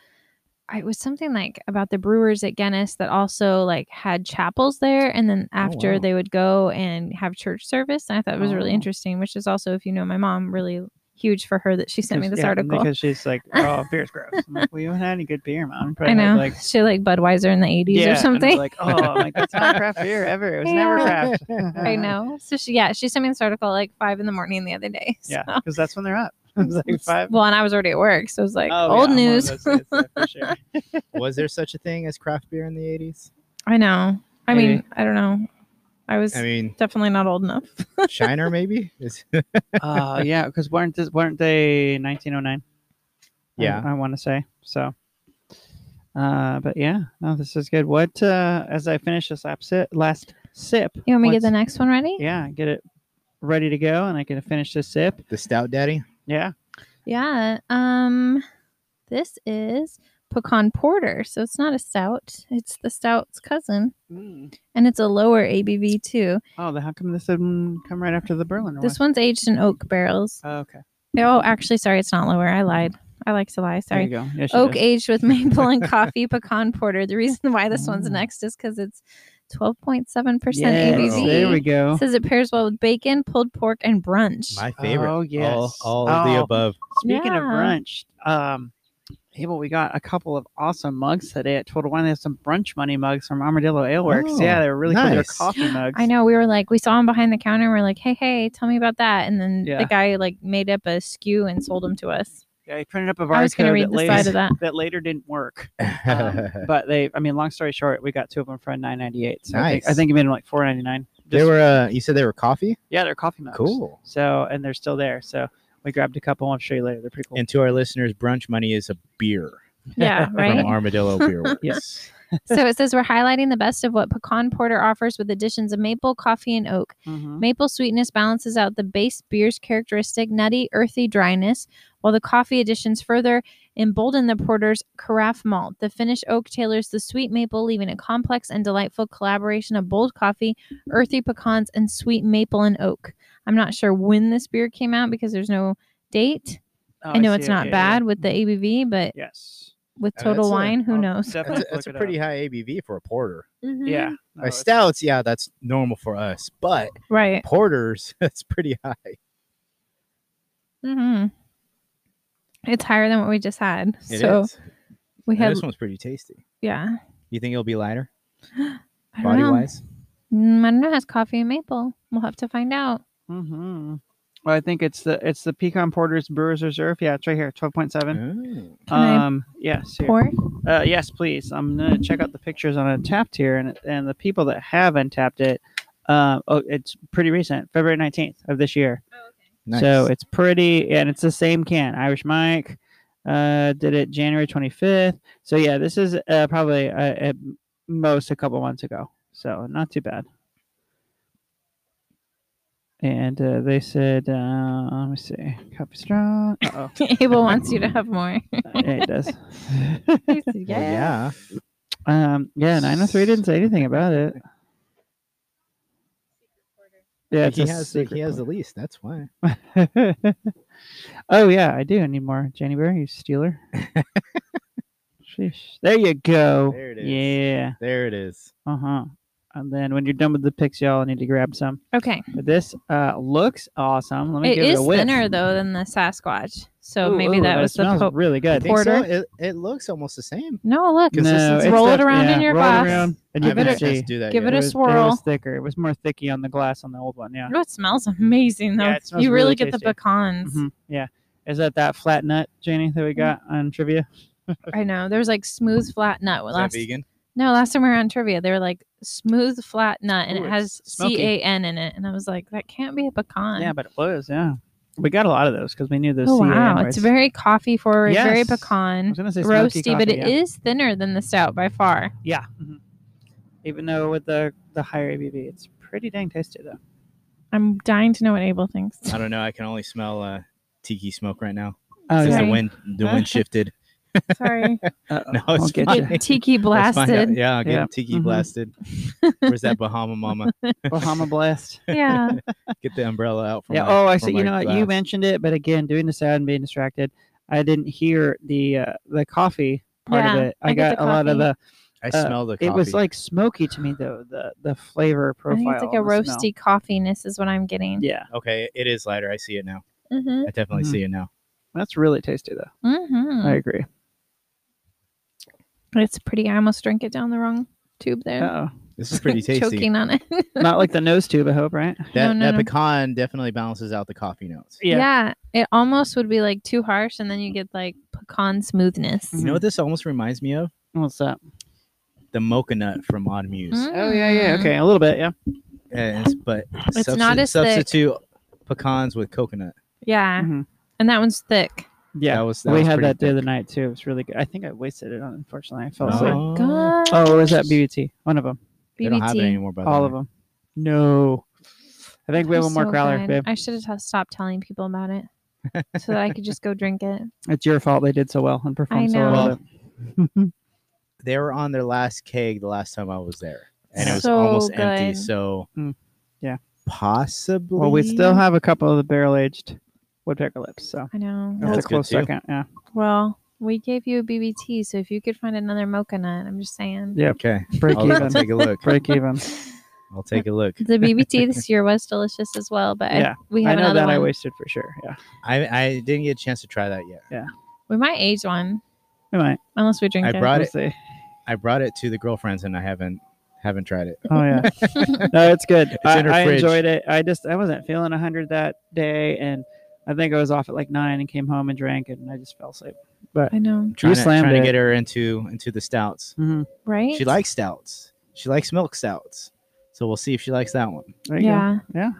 Speaker 3: it was something like about the brewers at Guinness that also like had chapels there, and then
Speaker 2: Oh,
Speaker 3: after
Speaker 1: wow.
Speaker 3: they would go and have church service. And I thought it was really
Speaker 2: Oh.
Speaker 3: interesting, which is also, if you know my mom, really huge for her that she sent me
Speaker 2: Because-
Speaker 3: this
Speaker 2: yeah,
Speaker 3: article.
Speaker 2: because she's like, "Oh, beer's gross." I'm like, well, you haven't had any good beer, mom. But
Speaker 3: I know
Speaker 2: Like,
Speaker 3: she like Budweiser in the eighties
Speaker 2: yeah,
Speaker 3: or
Speaker 2: and I was
Speaker 3: something.
Speaker 2: like, oh, I'm like that's not craft beer ever. It was never
Speaker 3: Yeah.
Speaker 2: craft.
Speaker 3: I
Speaker 2: uh
Speaker 3: know. So she yeah, she sent me this article at like five in the morning the other day. So.
Speaker 2: Yeah, because that's when they're up. It was like
Speaker 3: it's-
Speaker 2: five.
Speaker 3: Well, and I was already at work, so it was like
Speaker 2: Oh, yeah,
Speaker 3: old
Speaker 2: I'm one of
Speaker 3: news.
Speaker 2: those days, yeah, for sure.
Speaker 1: was there such a thing as craft beer in the '80s?
Speaker 3: I know. I
Speaker 1: Maybe.
Speaker 3: mean, I don't know. I was
Speaker 1: I mean,
Speaker 3: definitely not old enough.
Speaker 1: Shiner maybe. Is-
Speaker 2: uh, yeah, because weren't this, weren't they 1909?
Speaker 1: Yeah.
Speaker 2: I, want to say so. Uh, but yeah, no, this is good. What uh, as I finish this lap si- last sip,
Speaker 3: You want me to get the
Speaker 2: what's-
Speaker 3: next one ready?
Speaker 2: yeah, get it ready to go, and I can finish this sip.
Speaker 1: the Stout Daddy.
Speaker 2: Yeah,
Speaker 3: Yeah. Um, this is pecan porter, so it's not a stout. It's the stout's cousin, and it's a lower ABV too.
Speaker 2: Oh, then how come this didn't come right after the Berliner
Speaker 3: This one's aged in oak barrels.
Speaker 2: one? Oh, okay.
Speaker 3: Oh, actually, sorry, it's not lower. I lied. I like to lie.
Speaker 2: There you
Speaker 3: Sorry.
Speaker 2: go. Yeah, she
Speaker 3: Oak
Speaker 2: does.
Speaker 3: aged with maple and coffee pecan porter. The reason why this one's
Speaker 2: Mm.
Speaker 3: next is because it's twelve point seven percent
Speaker 2: Yes,
Speaker 3: ABV.
Speaker 2: There we go.
Speaker 3: says it pairs well with bacon, pulled pork, and brunch.
Speaker 1: My favorite.
Speaker 2: Oh, yes.
Speaker 1: All, all of the
Speaker 2: Oh.
Speaker 1: above.
Speaker 2: Speaking of
Speaker 3: Yeah.
Speaker 2: brunch, um, Abel, we got a couple of awesome mugs today at Total Wine. They have some brunch money mugs from Armadillo Ale Works.
Speaker 1: Oh,
Speaker 2: yeah, they're really cool. They're
Speaker 1: nice.
Speaker 2: coffee mugs.
Speaker 3: I know we were like we saw him behind the counter and we're like, hey, hey, tell me about that. And then
Speaker 2: Yeah.
Speaker 3: the guy like made up a skew and sold them to us.
Speaker 2: Yeah, he printed up a
Speaker 3: I was gonna
Speaker 2: barcode
Speaker 3: read
Speaker 2: that
Speaker 3: the
Speaker 2: later,
Speaker 3: side of that.
Speaker 2: that later didn't work. Um, but they, I mean, long story short, we got two of them for nine ninety eight. So I think, I
Speaker 1: Nice.
Speaker 2: think he made them like four ninety nine.
Speaker 1: they were. Uh, you said they were coffee.
Speaker 2: yeah, they're coffee mugs.
Speaker 1: Cool.
Speaker 2: So and they're still there. So we grabbed a couple. I'll show you later. They're pretty cool.
Speaker 1: And to our listeners, brunch money is a beer
Speaker 3: Yeah,
Speaker 1: from
Speaker 3: right.
Speaker 1: Armadillo Beer Works.
Speaker 2: Yes.
Speaker 3: so it says we're highlighting the best of what pecan porter offers with additions of maple, coffee, and oak.
Speaker 2: Mhm.
Speaker 3: Maple sweetness balances out the base beer's characteristic nutty, earthy dryness, while the coffee additions further embolden the porter's carafe malt. The finished oak tailors the sweet maple, leaving a complex and delightful collaboration of bold coffee, earthy pecans, and sweet maple and oak. I'm not sure when this beer came out because there's no date.
Speaker 2: Oh,
Speaker 3: I know
Speaker 2: see
Speaker 3: it's
Speaker 2: it.
Speaker 3: not
Speaker 2: Yeah, yeah,
Speaker 3: bad with the ABV, but
Speaker 2: yeah. Yes.
Speaker 3: with
Speaker 1: Uh,
Speaker 3: Total
Speaker 1: that's a-
Speaker 3: Wine, who
Speaker 2: I'll
Speaker 3: knows?
Speaker 2: definitely
Speaker 1: That's a,
Speaker 2: look
Speaker 1: that's a
Speaker 2: it up.
Speaker 1: pretty high ABV for a porter.
Speaker 2: Yeah. no,
Speaker 1: By
Speaker 2: it's-
Speaker 1: stouts, yeah, Oh, that's normal for us, but
Speaker 3: Right.
Speaker 1: porters, that's pretty high.
Speaker 3: hmm It's higher than what we just had.
Speaker 1: It is.
Speaker 3: so we
Speaker 1: And
Speaker 3: had,
Speaker 1: this one's pretty tasty.
Speaker 3: yeah.
Speaker 1: You think it'll be lighter
Speaker 3: I don't
Speaker 1: body
Speaker 3: know.
Speaker 1: wise?
Speaker 3: Mm, I don't know. It has coffee and maple. We'll have to find out.
Speaker 2: Mhm. Well, I think it's the it's the pecan porter's Brewers Reserve. Yeah, it's right here, twelve point seven.
Speaker 1: Oh.
Speaker 3: Can I
Speaker 2: Um, yes, here.
Speaker 3: Pour.
Speaker 2: Uh, yes, please. I'm gonna check out the pictures on Untapped here, and and the people that have untapped it. Um, oh, it's pretty recent, February nineteenth of this year.
Speaker 1: Nice.
Speaker 2: So it's pretty, and it's the same can. Irish Mike uh, did it January 25th. So yeah, this is uh, probably uh, at most a couple months ago. So not too bad. And uh, they said, uh, let me see, copy strong. Uh-oh.
Speaker 3: Abel wants you to have more.
Speaker 2: yeah, it does.
Speaker 3: He said,
Speaker 1: Well, yeah.
Speaker 3: yeah.
Speaker 2: um, yeah, 903 didn't say anything about it. Yeah, it's
Speaker 1: he
Speaker 2: a
Speaker 1: has the,
Speaker 2: secret
Speaker 1: he has
Speaker 2: code.
Speaker 1: the least. That's why.
Speaker 2: oh yeah, I do. I need more January, you stealer. Sheesh. There you go.
Speaker 1: There it is.
Speaker 2: Yeah.
Speaker 1: There it is.
Speaker 2: Uh huh. And then when you're done with the pics, y'all I need to grab some.
Speaker 3: Okay.
Speaker 2: But this uh, looks awesome. Let me
Speaker 3: It
Speaker 2: give it
Speaker 3: is
Speaker 2: a whiff.
Speaker 3: thinner though than the Sasquatch, so
Speaker 2: Ooh,
Speaker 3: maybe
Speaker 2: ooh,
Speaker 3: that
Speaker 2: but it
Speaker 3: was the
Speaker 2: smells
Speaker 3: po-
Speaker 2: really
Speaker 1: I
Speaker 2: good.
Speaker 1: think so.
Speaker 3: Porter?
Speaker 1: It, it looks almost the same.
Speaker 3: no look.
Speaker 1: Because this
Speaker 2: No,
Speaker 1: is-
Speaker 2: it's
Speaker 3: roll it
Speaker 2: def-
Speaker 3: around
Speaker 2: yeah,
Speaker 3: in your
Speaker 2: roll it
Speaker 3: glass.
Speaker 2: around, and
Speaker 1: I
Speaker 2: you
Speaker 3: Give
Speaker 1: haven't had
Speaker 2: can
Speaker 3: it a-
Speaker 1: a chance
Speaker 2: see
Speaker 1: to do that
Speaker 3: give
Speaker 1: yet.
Speaker 3: it a
Speaker 2: was- It
Speaker 3: swirl.
Speaker 2: was thicker. It was more thicky on the glass on the old one. Yeah.
Speaker 3: Oh, it smells amazing though.
Speaker 2: Yeah, it smells
Speaker 3: you really,
Speaker 2: really
Speaker 3: get the
Speaker 2: tasty.
Speaker 3: pecans.
Speaker 2: Mhm, Yeah. Is that that flat nut, Janie, that we
Speaker 3: Mm-hmm.
Speaker 2: got on trivia?
Speaker 3: I know. There was like smooth flat nut
Speaker 1: Is that
Speaker 3: last.
Speaker 1: vegan?
Speaker 3: No, last time we were on trivia, they were like smooth flat nut, and
Speaker 2: Ooh,
Speaker 3: it
Speaker 2: it's
Speaker 3: has
Speaker 2: smoky.
Speaker 3: C A N in it, and I was like, that can't be a pecan.
Speaker 2: Yeah, but it was. Yeah. We got a lot of those because we knew those.
Speaker 3: Oh
Speaker 2: CAN
Speaker 3: wow,
Speaker 2: rice-
Speaker 3: it's very coffee forward, very
Speaker 2: Yes.
Speaker 3: pecan.
Speaker 2: I was gonna say smoky
Speaker 3: roasty, but
Speaker 2: coffee,
Speaker 3: it
Speaker 2: yeah.
Speaker 3: is thinner than the stout by far.
Speaker 2: Yeah. Mhm. Even though with the the higher ABV, it's pretty dang tasty though.
Speaker 3: I'm dying to know what Abel thinks.
Speaker 1: I don't know. I can only smell uh, tiki smoke right now.
Speaker 2: Oh
Speaker 1: Since
Speaker 3: Sorry.
Speaker 1: the wind, the wind shifted.
Speaker 3: Sorry,
Speaker 1: No, it's
Speaker 2: get
Speaker 1: fine.
Speaker 2: you.
Speaker 1: Let's
Speaker 3: tiki
Speaker 1: Let's find out.
Speaker 3: blasted.
Speaker 1: Yeah, I'll get
Speaker 2: Yeah.
Speaker 1: tiki
Speaker 2: Mhm.
Speaker 1: blasted. Where's that Bahama Mama?
Speaker 2: Bahama blast.
Speaker 3: Yeah,
Speaker 1: Get the umbrella out from
Speaker 2: yeah.
Speaker 1: my-
Speaker 2: Oh, I
Speaker 1: from
Speaker 2: see.
Speaker 1: my
Speaker 2: You know what? You
Speaker 1: glass.
Speaker 2: mentioned it, but again, doing the sound and being distracted, I didn't hear the uh, the coffee part
Speaker 3: Yeah,
Speaker 2: of it. I,
Speaker 3: I get
Speaker 2: got
Speaker 3: the
Speaker 2: a lot of
Speaker 3: coffee.
Speaker 2: the.
Speaker 1: I
Speaker 2: uh,
Speaker 1: smell the coffee.
Speaker 2: It was like smoky to me though. The the flavor
Speaker 3: I
Speaker 2: profile.
Speaker 3: think it's like a
Speaker 2: and the smell.
Speaker 3: roasty coffeeness is what I'm getting.
Speaker 2: Yeah,
Speaker 1: okay, it is lighter. I see it now.
Speaker 3: Mm-hmm.
Speaker 1: I definitely
Speaker 2: Mhm.
Speaker 1: see it now.
Speaker 2: that's really tasty though.
Speaker 3: Mm-hmm.
Speaker 2: I agree.
Speaker 3: It's pretty. I almost drank it down the wrong tube there.
Speaker 2: Oh,
Speaker 1: This is pretty tasty.
Speaker 3: Choking on it.
Speaker 2: not like the nose tube. I hope, right?
Speaker 1: That
Speaker 3: No, no,
Speaker 1: that
Speaker 3: no.
Speaker 1: pecan definitely balances out the coffee notes.
Speaker 3: Yeah. it almost would be like too harsh, and then you get like pecan smoothness.
Speaker 2: Mm-hmm.
Speaker 1: You know what this almost reminds me of?
Speaker 2: What's that?
Speaker 1: The mocha nut from Odd Muse.
Speaker 2: Oh yeah, yeah. Okay, a little bit. Yeah. Mm-hmm.
Speaker 1: And it's- but
Speaker 3: It's not as thick.
Speaker 1: substitute pecans with coconut.
Speaker 3: Yeah,
Speaker 2: Mhm.
Speaker 3: and that one's thick.
Speaker 2: Yeah,
Speaker 1: That was- that
Speaker 2: we
Speaker 1: was
Speaker 2: had
Speaker 1: pretty
Speaker 2: that the
Speaker 1: thick.
Speaker 2: other night too. It was really good. I think I wasted it on. Unfortunately, I fell
Speaker 3: Oh,
Speaker 2: asleep.
Speaker 1: Oh.
Speaker 3: my god.
Speaker 2: Oh, or was that BBT? One of them.
Speaker 1: They don't have it
Speaker 3: BBT.
Speaker 1: anymore. By the
Speaker 2: All
Speaker 1: way.
Speaker 2: of them. No, I think we have
Speaker 3: They're
Speaker 2: one more
Speaker 3: so
Speaker 2: growler,
Speaker 3: good.
Speaker 2: babe.
Speaker 3: I should have stopped telling people about it so that I could just go drink it.
Speaker 2: It's your fault they did so well and performed so
Speaker 3: know.
Speaker 2: well.
Speaker 1: They were on their last keg the last time I was there, and it was
Speaker 3: So
Speaker 1: almost empty.
Speaker 3: good. Hmm.
Speaker 1: So
Speaker 2: Mm. Yeah.
Speaker 1: possibly.
Speaker 2: well, we still have a couple of the barrel aged woodpecker lips, so
Speaker 3: I know.
Speaker 2: that's
Speaker 1: that's
Speaker 2: a
Speaker 1: good
Speaker 2: close
Speaker 1: too.
Speaker 2: second. Yeah,
Speaker 3: Well, we gave you a BBT, so if you could find another mocha nut, I'm just saying.
Speaker 2: Yeah.
Speaker 1: Okay,
Speaker 2: break
Speaker 1: I'll, I'll
Speaker 2: even.
Speaker 1: take a look.
Speaker 2: break even.
Speaker 1: I'll take a look.
Speaker 3: The BBT this year was delicious as well, but I-
Speaker 2: Yeah,
Speaker 3: we have
Speaker 2: I know
Speaker 3: another
Speaker 2: that I
Speaker 3: one.
Speaker 2: wasted for sure. Yeah,
Speaker 1: I I didn't get a chance to try that yet.
Speaker 3: we might age one
Speaker 2: we might.
Speaker 3: unless we drink
Speaker 1: I
Speaker 3: it.
Speaker 1: brought
Speaker 2: we'll
Speaker 1: it.
Speaker 2: see.
Speaker 1: I brought it to the girlfriends, and I haven't haven't tried it.
Speaker 2: Oh yeah, no, it's good. I,
Speaker 1: in her
Speaker 2: I
Speaker 1: fridge.
Speaker 2: enjoyed it. I just I wasn't feeling hundred that day, and I think I was off at like nine and came home and drank it, and I just fell asleep.
Speaker 3: I know,
Speaker 1: Trying, to,
Speaker 2: slammed
Speaker 1: trying
Speaker 2: it.
Speaker 1: to get her into into the stouts.
Speaker 2: Mm-hmm.
Speaker 3: right?
Speaker 1: She likes stouts. She likes milk stouts. So we'll see if she likes that one.
Speaker 2: There you
Speaker 3: Yeah,
Speaker 2: go. Yeah.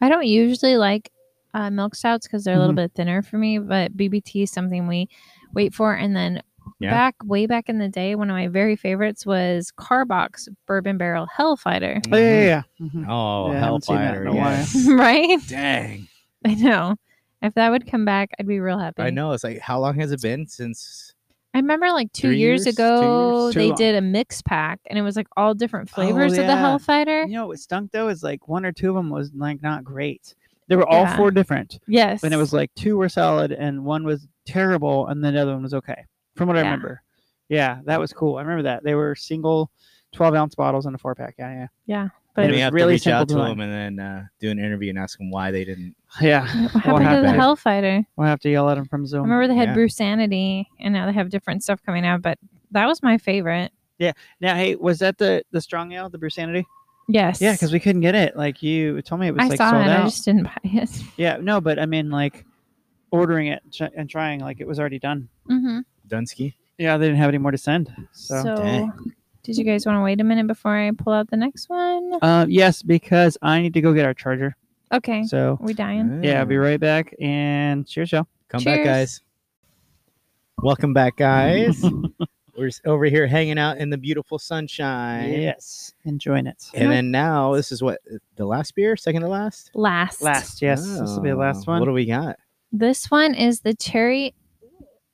Speaker 3: I don't usually like uh, milk stouts because they're a little
Speaker 2: Mhm.
Speaker 3: bit thinner for me, but BBT is something we wait for. And then
Speaker 1: Yeah.
Speaker 3: back way back in the day, one of my very favorites was Carbox Bourbon Barrel Hellfighter.
Speaker 2: go. Oh, yeah, yeah, yeah. Mhm.
Speaker 1: Oh,
Speaker 2: Yeah, I haven't seen that in
Speaker 1: Hellfire.
Speaker 2: a while.
Speaker 1: Yes.
Speaker 3: right?
Speaker 1: Dang.
Speaker 3: I know. If that would come back, I'd be real happy.
Speaker 1: I know. It's like, how long has it been since?
Speaker 3: I remember like two
Speaker 1: Three
Speaker 3: years,
Speaker 1: years? Two
Speaker 3: ago,
Speaker 2: years? Too
Speaker 3: they
Speaker 2: long. Oh,
Speaker 3: did a mix pack and it was like all different flavors of the
Speaker 2: yeah.
Speaker 3: Hellfighter.
Speaker 2: You know what stunk though is like one or two of them was like not great. They were all
Speaker 3: Yeah.
Speaker 2: four different,
Speaker 3: Yes.
Speaker 2: and it was like two were solid and one was terrible, and then the other one was okay. From what I
Speaker 3: Yeah.
Speaker 2: remember, yeah, that was cool. I remember that they were single, twelve ounce bottles in a four pack. Yeah,
Speaker 3: But
Speaker 2: it
Speaker 1: we
Speaker 2: was
Speaker 1: have
Speaker 2: really
Speaker 1: to reach out to
Speaker 2: simple
Speaker 1: them and then uh, do an interview and ask them why they didn't.
Speaker 2: yeah, yeah.
Speaker 3: what happened to the
Speaker 2: happened? Oh,
Speaker 3: Hellfighter?
Speaker 2: We'll have to yell at them from
Speaker 3: I
Speaker 2: Zoom.
Speaker 3: remember they had
Speaker 1: Yeah.
Speaker 3: Brusanity and now they have different stuff coming out, but that was my favorite.
Speaker 2: now, hey, was that the the strong ale, the Brusanity?
Speaker 3: Yes.
Speaker 2: Yeah, because we couldn't get it. Like you told me, it was
Speaker 3: I
Speaker 2: like
Speaker 3: saw
Speaker 2: sold
Speaker 3: it.
Speaker 2: out.
Speaker 3: I just didn't buy it.
Speaker 2: Yeah, no, but I mean, like ordering it tr- and trying, like it was already done.
Speaker 3: hmm
Speaker 1: Dunsky?
Speaker 2: Yeah, they didn't have any more to send.
Speaker 3: So,
Speaker 2: So,
Speaker 1: Dang.
Speaker 3: did you guys want to wait a minute before I pull out the next one?
Speaker 2: uh, yes, because I need to go get our charger.
Speaker 3: Okay.
Speaker 2: So,
Speaker 3: we dying?
Speaker 2: yeah, I'll be
Speaker 1: Mm.
Speaker 2: right back. And cheers, y'all.
Speaker 1: Ah. Come
Speaker 3: Cheers.
Speaker 1: back, guys. Welcome back, guys. We're s- over here hanging out in the beautiful sunshine.
Speaker 2: Yes, enjoying it.
Speaker 1: And then now, this is what the last beer, second to last.
Speaker 3: Last.
Speaker 2: Last, yes, this will be the last
Speaker 1: Oh,
Speaker 2: one.
Speaker 1: What do we got?
Speaker 3: This one is the Cherry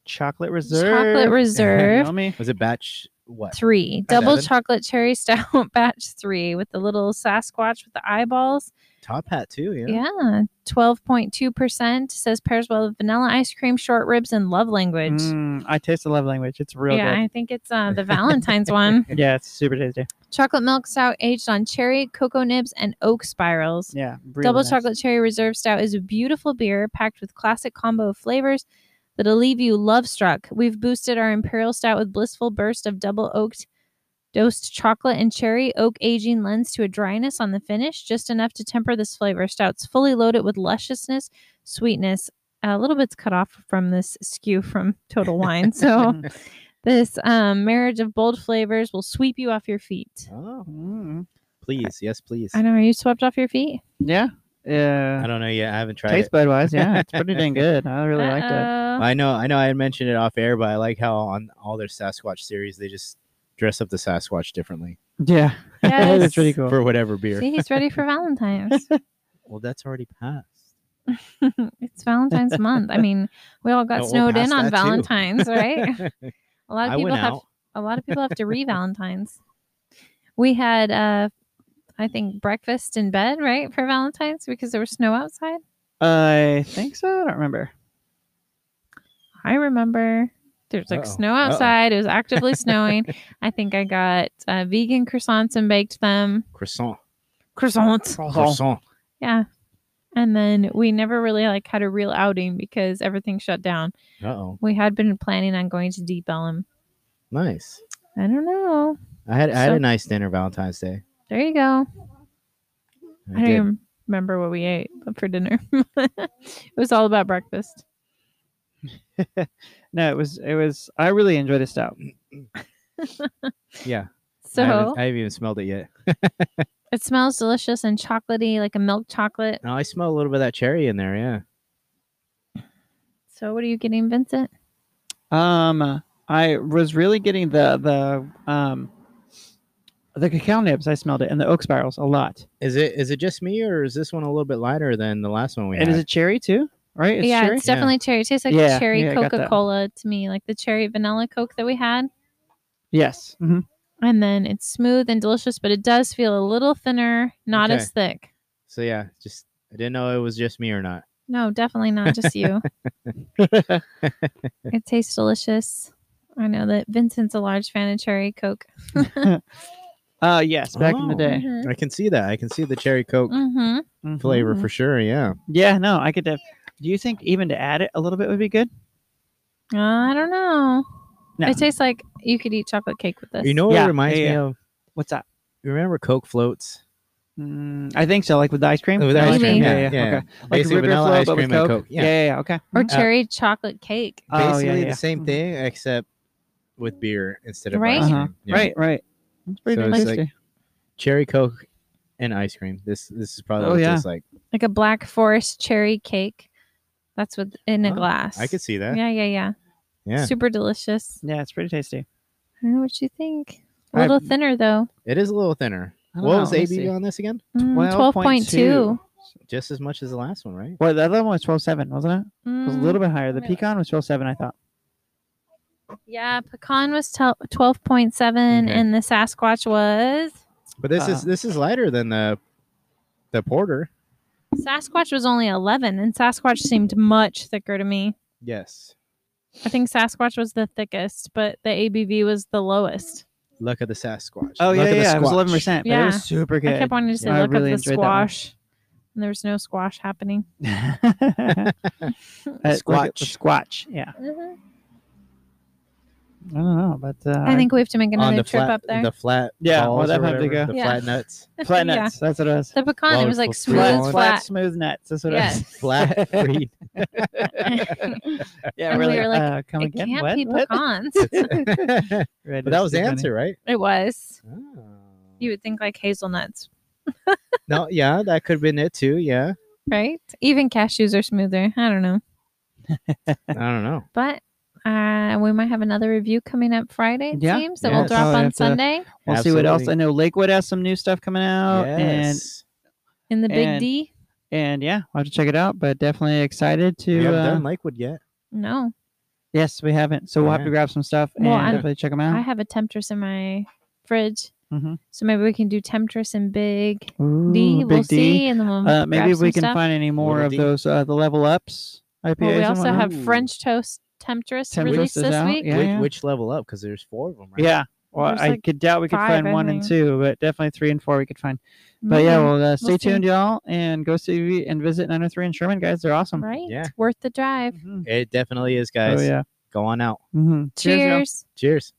Speaker 2: Chocolate reserve.
Speaker 3: Chocolate Reserve.
Speaker 2: Yummy.
Speaker 1: Was it batch what?
Speaker 3: three double
Speaker 1: Seven.
Speaker 3: chocolate cherry stout batch three with the little sasquatch with the eyeballs
Speaker 1: Top hat too. Yeah.
Speaker 3: yeah 12.2% says pairs well with vanilla ice cream short ribs and love language
Speaker 2: Mm, I taste the love language. It's real
Speaker 3: yeah i think it's uh, the valentine's one
Speaker 2: good. Yeah, it's super tasty.
Speaker 3: chocolate milk stout aged on cherry cocoa nibs and oak spirals
Speaker 2: Yeah, really
Speaker 3: double
Speaker 2: nice.
Speaker 3: chocolate cherry reserve stout is a beautiful beer packed with classic combo of flavors that'll leave you love struck we've boosted our imperial stout with blissful burst of double oaked Dosed chocolate and cherry oak aging lends to a dryness on the finish, just enough to temper this flavor. Stout's fully loaded with lusciousness, sweetness. A little bit's cut off from this skew from Total Wine.
Speaker 2: Mm-hmm.
Speaker 3: So, this um, marriage of bold flavors will sweep you off your feet.
Speaker 1: Oh,
Speaker 2: Mm,
Speaker 1: please, yes, please.
Speaker 3: I know. Are you swept off your feet?
Speaker 2: yeah, Yeah.
Speaker 1: I don't know yet. I haven't tried
Speaker 2: Taste
Speaker 1: it.
Speaker 2: bud wise, yeah, it's pretty dang good. I really like that.
Speaker 3: Uh-oh.
Speaker 1: I know, I know. I had mentioned it off air, but I like how on all their Sasquatch series they just dress up the Sasquatch differently
Speaker 2: Yeah,
Speaker 3: Yes.
Speaker 2: it's pretty cool.
Speaker 1: for whatever beer.
Speaker 3: See, he's ready for Valentine's.
Speaker 1: Well, that's already passed.
Speaker 3: it's Valentine's month. I mean, we all got
Speaker 1: No, we're
Speaker 3: snowed in
Speaker 1: past
Speaker 3: on
Speaker 1: that, too.
Speaker 3: Valentine's, right? A lot of
Speaker 1: I
Speaker 3: people
Speaker 1: went
Speaker 3: have
Speaker 1: out.
Speaker 3: a lot of people have to re Valentine's. We had uh I think breakfast in bed, right, for Valentine's because there was snow outside.
Speaker 2: I think so. I don't remember.
Speaker 3: I remember there was like
Speaker 1: Uh-oh.
Speaker 3: snow
Speaker 1: Uh-oh.
Speaker 3: outside. It was actively snowing. I think I got uh, vegan croissants and baked them.
Speaker 1: Croissant.
Speaker 3: Croissants.
Speaker 1: Croissant.
Speaker 3: Yeah. And then we never really like had a real outing because everything shut down.
Speaker 1: Uh oh.
Speaker 3: We had been planning on going to Deep Ellum.
Speaker 1: Nice.
Speaker 3: I don't know.
Speaker 1: I had I had
Speaker 3: So-
Speaker 1: a nice dinner Valentine's Day.
Speaker 3: There you go. I
Speaker 1: I
Speaker 3: don't
Speaker 1: did.
Speaker 3: even remember what we ate for dinner. it was all about breakfast.
Speaker 2: No, it was it was. I really enjoyed the stout.
Speaker 1: Yeah. I
Speaker 3: So
Speaker 1: haven't, I haven't even smelled it yet.
Speaker 3: it smells delicious and chocolatey, like a milk chocolate.
Speaker 1: No, I smell a little bit of that cherry in there. Yeah.
Speaker 3: So what are you getting, Vincent?
Speaker 2: Um, I was really getting the the um the cacao nibs. I smelled it and the oak spirals a lot.
Speaker 1: Is it is it just me or is this one a little bit lighter than the last one we
Speaker 2: And
Speaker 1: had?
Speaker 2: is it cherry too? Right? It's
Speaker 3: yeah,
Speaker 2: cherry.
Speaker 3: it's definitely cherry. It tastes like
Speaker 2: Yeah,
Speaker 3: cherry
Speaker 2: yeah, I got that.
Speaker 3: Coca Cola to me, like the cherry vanilla Coke that we had.
Speaker 2: Yes. hmm
Speaker 3: And then it's smooth and delicious, but it does feel a little thinner, not
Speaker 1: Okay.
Speaker 3: as thick.
Speaker 1: so yeah, just I didn't know it was just me or not.
Speaker 3: No, definitely not just you. it tastes delicious. I know that Vincent's a large fan of cherry Coke.
Speaker 2: Uh, yes. Back in the
Speaker 1: Oh.
Speaker 2: day.
Speaker 3: Mm-hmm.
Speaker 1: I can see that. I can see the cherry coke
Speaker 3: hmm
Speaker 2: Mhm.
Speaker 1: flavor for sure. Yeah.
Speaker 2: Yeah. No, I could. Def- Do you think even to add it a little bit would be good?
Speaker 3: I don't know.
Speaker 2: No.
Speaker 3: It tastes like you could eat chocolate cake with this.
Speaker 1: You know what
Speaker 2: Yeah,
Speaker 1: it reminds
Speaker 2: yeah,
Speaker 1: me
Speaker 2: yeah.
Speaker 1: of?
Speaker 2: What's that?
Speaker 1: You remember Coke floats?
Speaker 2: Mm, I think so. Like with the ice cream.
Speaker 1: Oh, With
Speaker 2: Vanilla
Speaker 3: ice cream,
Speaker 2: Yeah.
Speaker 1: yeah,
Speaker 2: Yeah.
Speaker 1: yeah.
Speaker 2: Okay.
Speaker 1: Basically
Speaker 2: Root Beer
Speaker 1: vanilla
Speaker 2: Float,
Speaker 1: ice
Speaker 2: but with
Speaker 1: cream and Coke.
Speaker 2: Yeah.
Speaker 1: Yeah.
Speaker 2: Yeah. yeah, Okay.
Speaker 3: or
Speaker 1: uh,
Speaker 2: Mhm.
Speaker 3: cherry chocolate cake.
Speaker 2: Oh, yeah,
Speaker 1: Basically
Speaker 2: yeah.
Speaker 1: the same
Speaker 2: Mhm.
Speaker 1: thing except with beer instead of
Speaker 3: Right.
Speaker 1: ice
Speaker 2: Uh-huh.
Speaker 1: cream. Yeah.
Speaker 2: Right. Right. It's pretty
Speaker 1: So
Speaker 2: nice.
Speaker 1: it's like- Cherry Coke and ice cream. This this is probably
Speaker 2: Oh,
Speaker 1: what it
Speaker 2: yeah.
Speaker 1: tastes like.
Speaker 3: Like a black forest cherry cake. That's what in a
Speaker 1: Oh,
Speaker 3: glass.
Speaker 1: I could see that. Yeah.
Speaker 3: Yeah, yeah, yeah, Super delicious.
Speaker 2: yeah, it's pretty tasty.
Speaker 3: I don't know what you think. A
Speaker 1: I-
Speaker 3: little thinner though.
Speaker 1: It is a little thinner.
Speaker 2: I
Speaker 1: What
Speaker 2: don't know,
Speaker 1: was the
Speaker 2: let's
Speaker 1: ABV
Speaker 2: see.
Speaker 1: on this again?
Speaker 3: Mm, Twelve point two.
Speaker 1: Just as much as the last one, right?
Speaker 2: Well, the other one was twelve seven, wasn't it? It
Speaker 3: Mm-hmm.
Speaker 2: was a little bit higher. The
Speaker 3: let me look.
Speaker 2: pecan was twelve seven, I thought.
Speaker 3: Yeah, pecan was twelve point seven,
Speaker 1: Okay.
Speaker 3: and the Sasquatch was
Speaker 1: But this is
Speaker 2: Uh,
Speaker 1: this is lighter than the the porter.
Speaker 3: Sasquatch was only eleven, and Sasquatch seemed much thicker to me.
Speaker 1: Yes.
Speaker 3: I think Sasquatch was the thickest, but the ABV was the lowest.
Speaker 1: Luck of the Sasquatch.
Speaker 2: Oh
Speaker 1: Luck
Speaker 2: yeah,
Speaker 1: of the
Speaker 2: yeah, it was
Speaker 1: Squatch.
Speaker 2: eleven percent. but it
Speaker 3: Yeah.
Speaker 2: was super
Speaker 3: I
Speaker 2: good.
Speaker 3: kept wanting to say
Speaker 2: Yeah, I
Speaker 3: look
Speaker 2: really
Speaker 3: up the
Speaker 2: enjoyed that one.
Speaker 3: squash, and there was no squash happening.
Speaker 2: Uh, like,
Speaker 1: Squatch.
Speaker 2: squatch. Yeah, I don't know, but uh,
Speaker 3: I think we have to make
Speaker 1: On
Speaker 3: another
Speaker 1: the
Speaker 3: trip
Speaker 1: flat,
Speaker 3: up there.
Speaker 1: the flat
Speaker 2: Yeah, well,
Speaker 1: balls or
Speaker 2: that'd have to
Speaker 1: whatever,
Speaker 2: go.
Speaker 1: the
Speaker 3: Yeah.
Speaker 1: flat nuts,
Speaker 2: flat
Speaker 3: Yeah.
Speaker 2: nuts. That's what it was.
Speaker 3: The pecan, it
Speaker 1: Well,
Speaker 3: was like
Speaker 1: it's
Speaker 3: smooth,
Speaker 1: flat-
Speaker 3: and
Speaker 2: Flat,
Speaker 1: balls.
Speaker 2: flat,
Speaker 3: flat.
Speaker 2: smooth nuts. That's what it
Speaker 3: Yes.
Speaker 1: flat. free.
Speaker 3: it
Speaker 2: was. Yeah,
Speaker 3: And we
Speaker 2: really.
Speaker 3: were like,
Speaker 2: uh, come again?
Speaker 3: can't
Speaker 2: what?
Speaker 3: be
Speaker 2: What?"
Speaker 3: pecans.
Speaker 1: but
Speaker 2: Right,
Speaker 1: that
Speaker 2: it's
Speaker 1: was
Speaker 2: too
Speaker 1: the
Speaker 2: funny.
Speaker 1: answer, right?
Speaker 3: it was. You
Speaker 1: You-
Speaker 3: would think like hazelnuts,
Speaker 1: Oh. no, yeah, that could have been it too. Yeah,
Speaker 3: right? Even cashews are smoother. I don't know,
Speaker 1: I don't know.
Speaker 3: but uh, we might have another review coming up Friday. It
Speaker 2: Yeah.
Speaker 3: seems that we'll
Speaker 1: Yes.
Speaker 3: drop
Speaker 2: Oh, I
Speaker 3: on
Speaker 2: have to-
Speaker 3: Sunday
Speaker 2: We'll see what else. I
Speaker 1: Absolutely.
Speaker 2: know Lakewood has some new stuff coming out, Oh, and
Speaker 1: Yes.
Speaker 3: in the Big
Speaker 2: And-
Speaker 3: D.
Speaker 2: and yeah, we'll have to check it out. But definitely excited to.
Speaker 1: we haven't
Speaker 2: uh,
Speaker 1: done Lakewood yet.
Speaker 3: No,
Speaker 2: Yes, we haven't. So we'll have to
Speaker 1: Yeah.
Speaker 2: grab some stuff and
Speaker 3: Well, I'm-
Speaker 2: definitely check them
Speaker 3: I
Speaker 2: out.
Speaker 3: have a temptress in my fridge,
Speaker 2: Mhm.
Speaker 3: so maybe we can do temptress and Big
Speaker 2: Ooh,
Speaker 3: D. We'll
Speaker 2: Big D.
Speaker 3: see, and then we'll
Speaker 2: Uh, maybe
Speaker 3: grab
Speaker 2: if we
Speaker 3: some
Speaker 2: can
Speaker 3: stuff.
Speaker 2: find any more
Speaker 1: Little
Speaker 2: of
Speaker 1: D.
Speaker 2: those uh, the level ups IPAs.
Speaker 3: Well, we
Speaker 2: and
Speaker 3: also
Speaker 2: whatnot.
Speaker 3: have
Speaker 1: Ooh.
Speaker 3: French toast temptress
Speaker 2: Temptress
Speaker 3: released
Speaker 2: is
Speaker 3: this
Speaker 2: out,
Speaker 3: week.
Speaker 2: yeah,
Speaker 1: which,
Speaker 2: yeah.
Speaker 1: which level up? Because there's four of them, right?
Speaker 2: yeah. Well,
Speaker 3: There's
Speaker 2: I
Speaker 3: like
Speaker 2: could doubt we could
Speaker 3: five,
Speaker 2: find
Speaker 3: I
Speaker 2: one and
Speaker 3: think.
Speaker 2: two, but definitely three and four we could find. But yeah,
Speaker 3: Mhm.
Speaker 2: well, uh, stay
Speaker 3: see.
Speaker 2: tuned, y'all, and go see and visit 903 in Sherman, guys. They're awesome.
Speaker 3: right?
Speaker 1: Yeah.
Speaker 3: It's worth the drive.
Speaker 2: Mhm.
Speaker 1: It definitely is, guys.
Speaker 2: Oh yeah.
Speaker 1: Go on out.
Speaker 2: hmm
Speaker 3: Cheers.
Speaker 1: Cheers.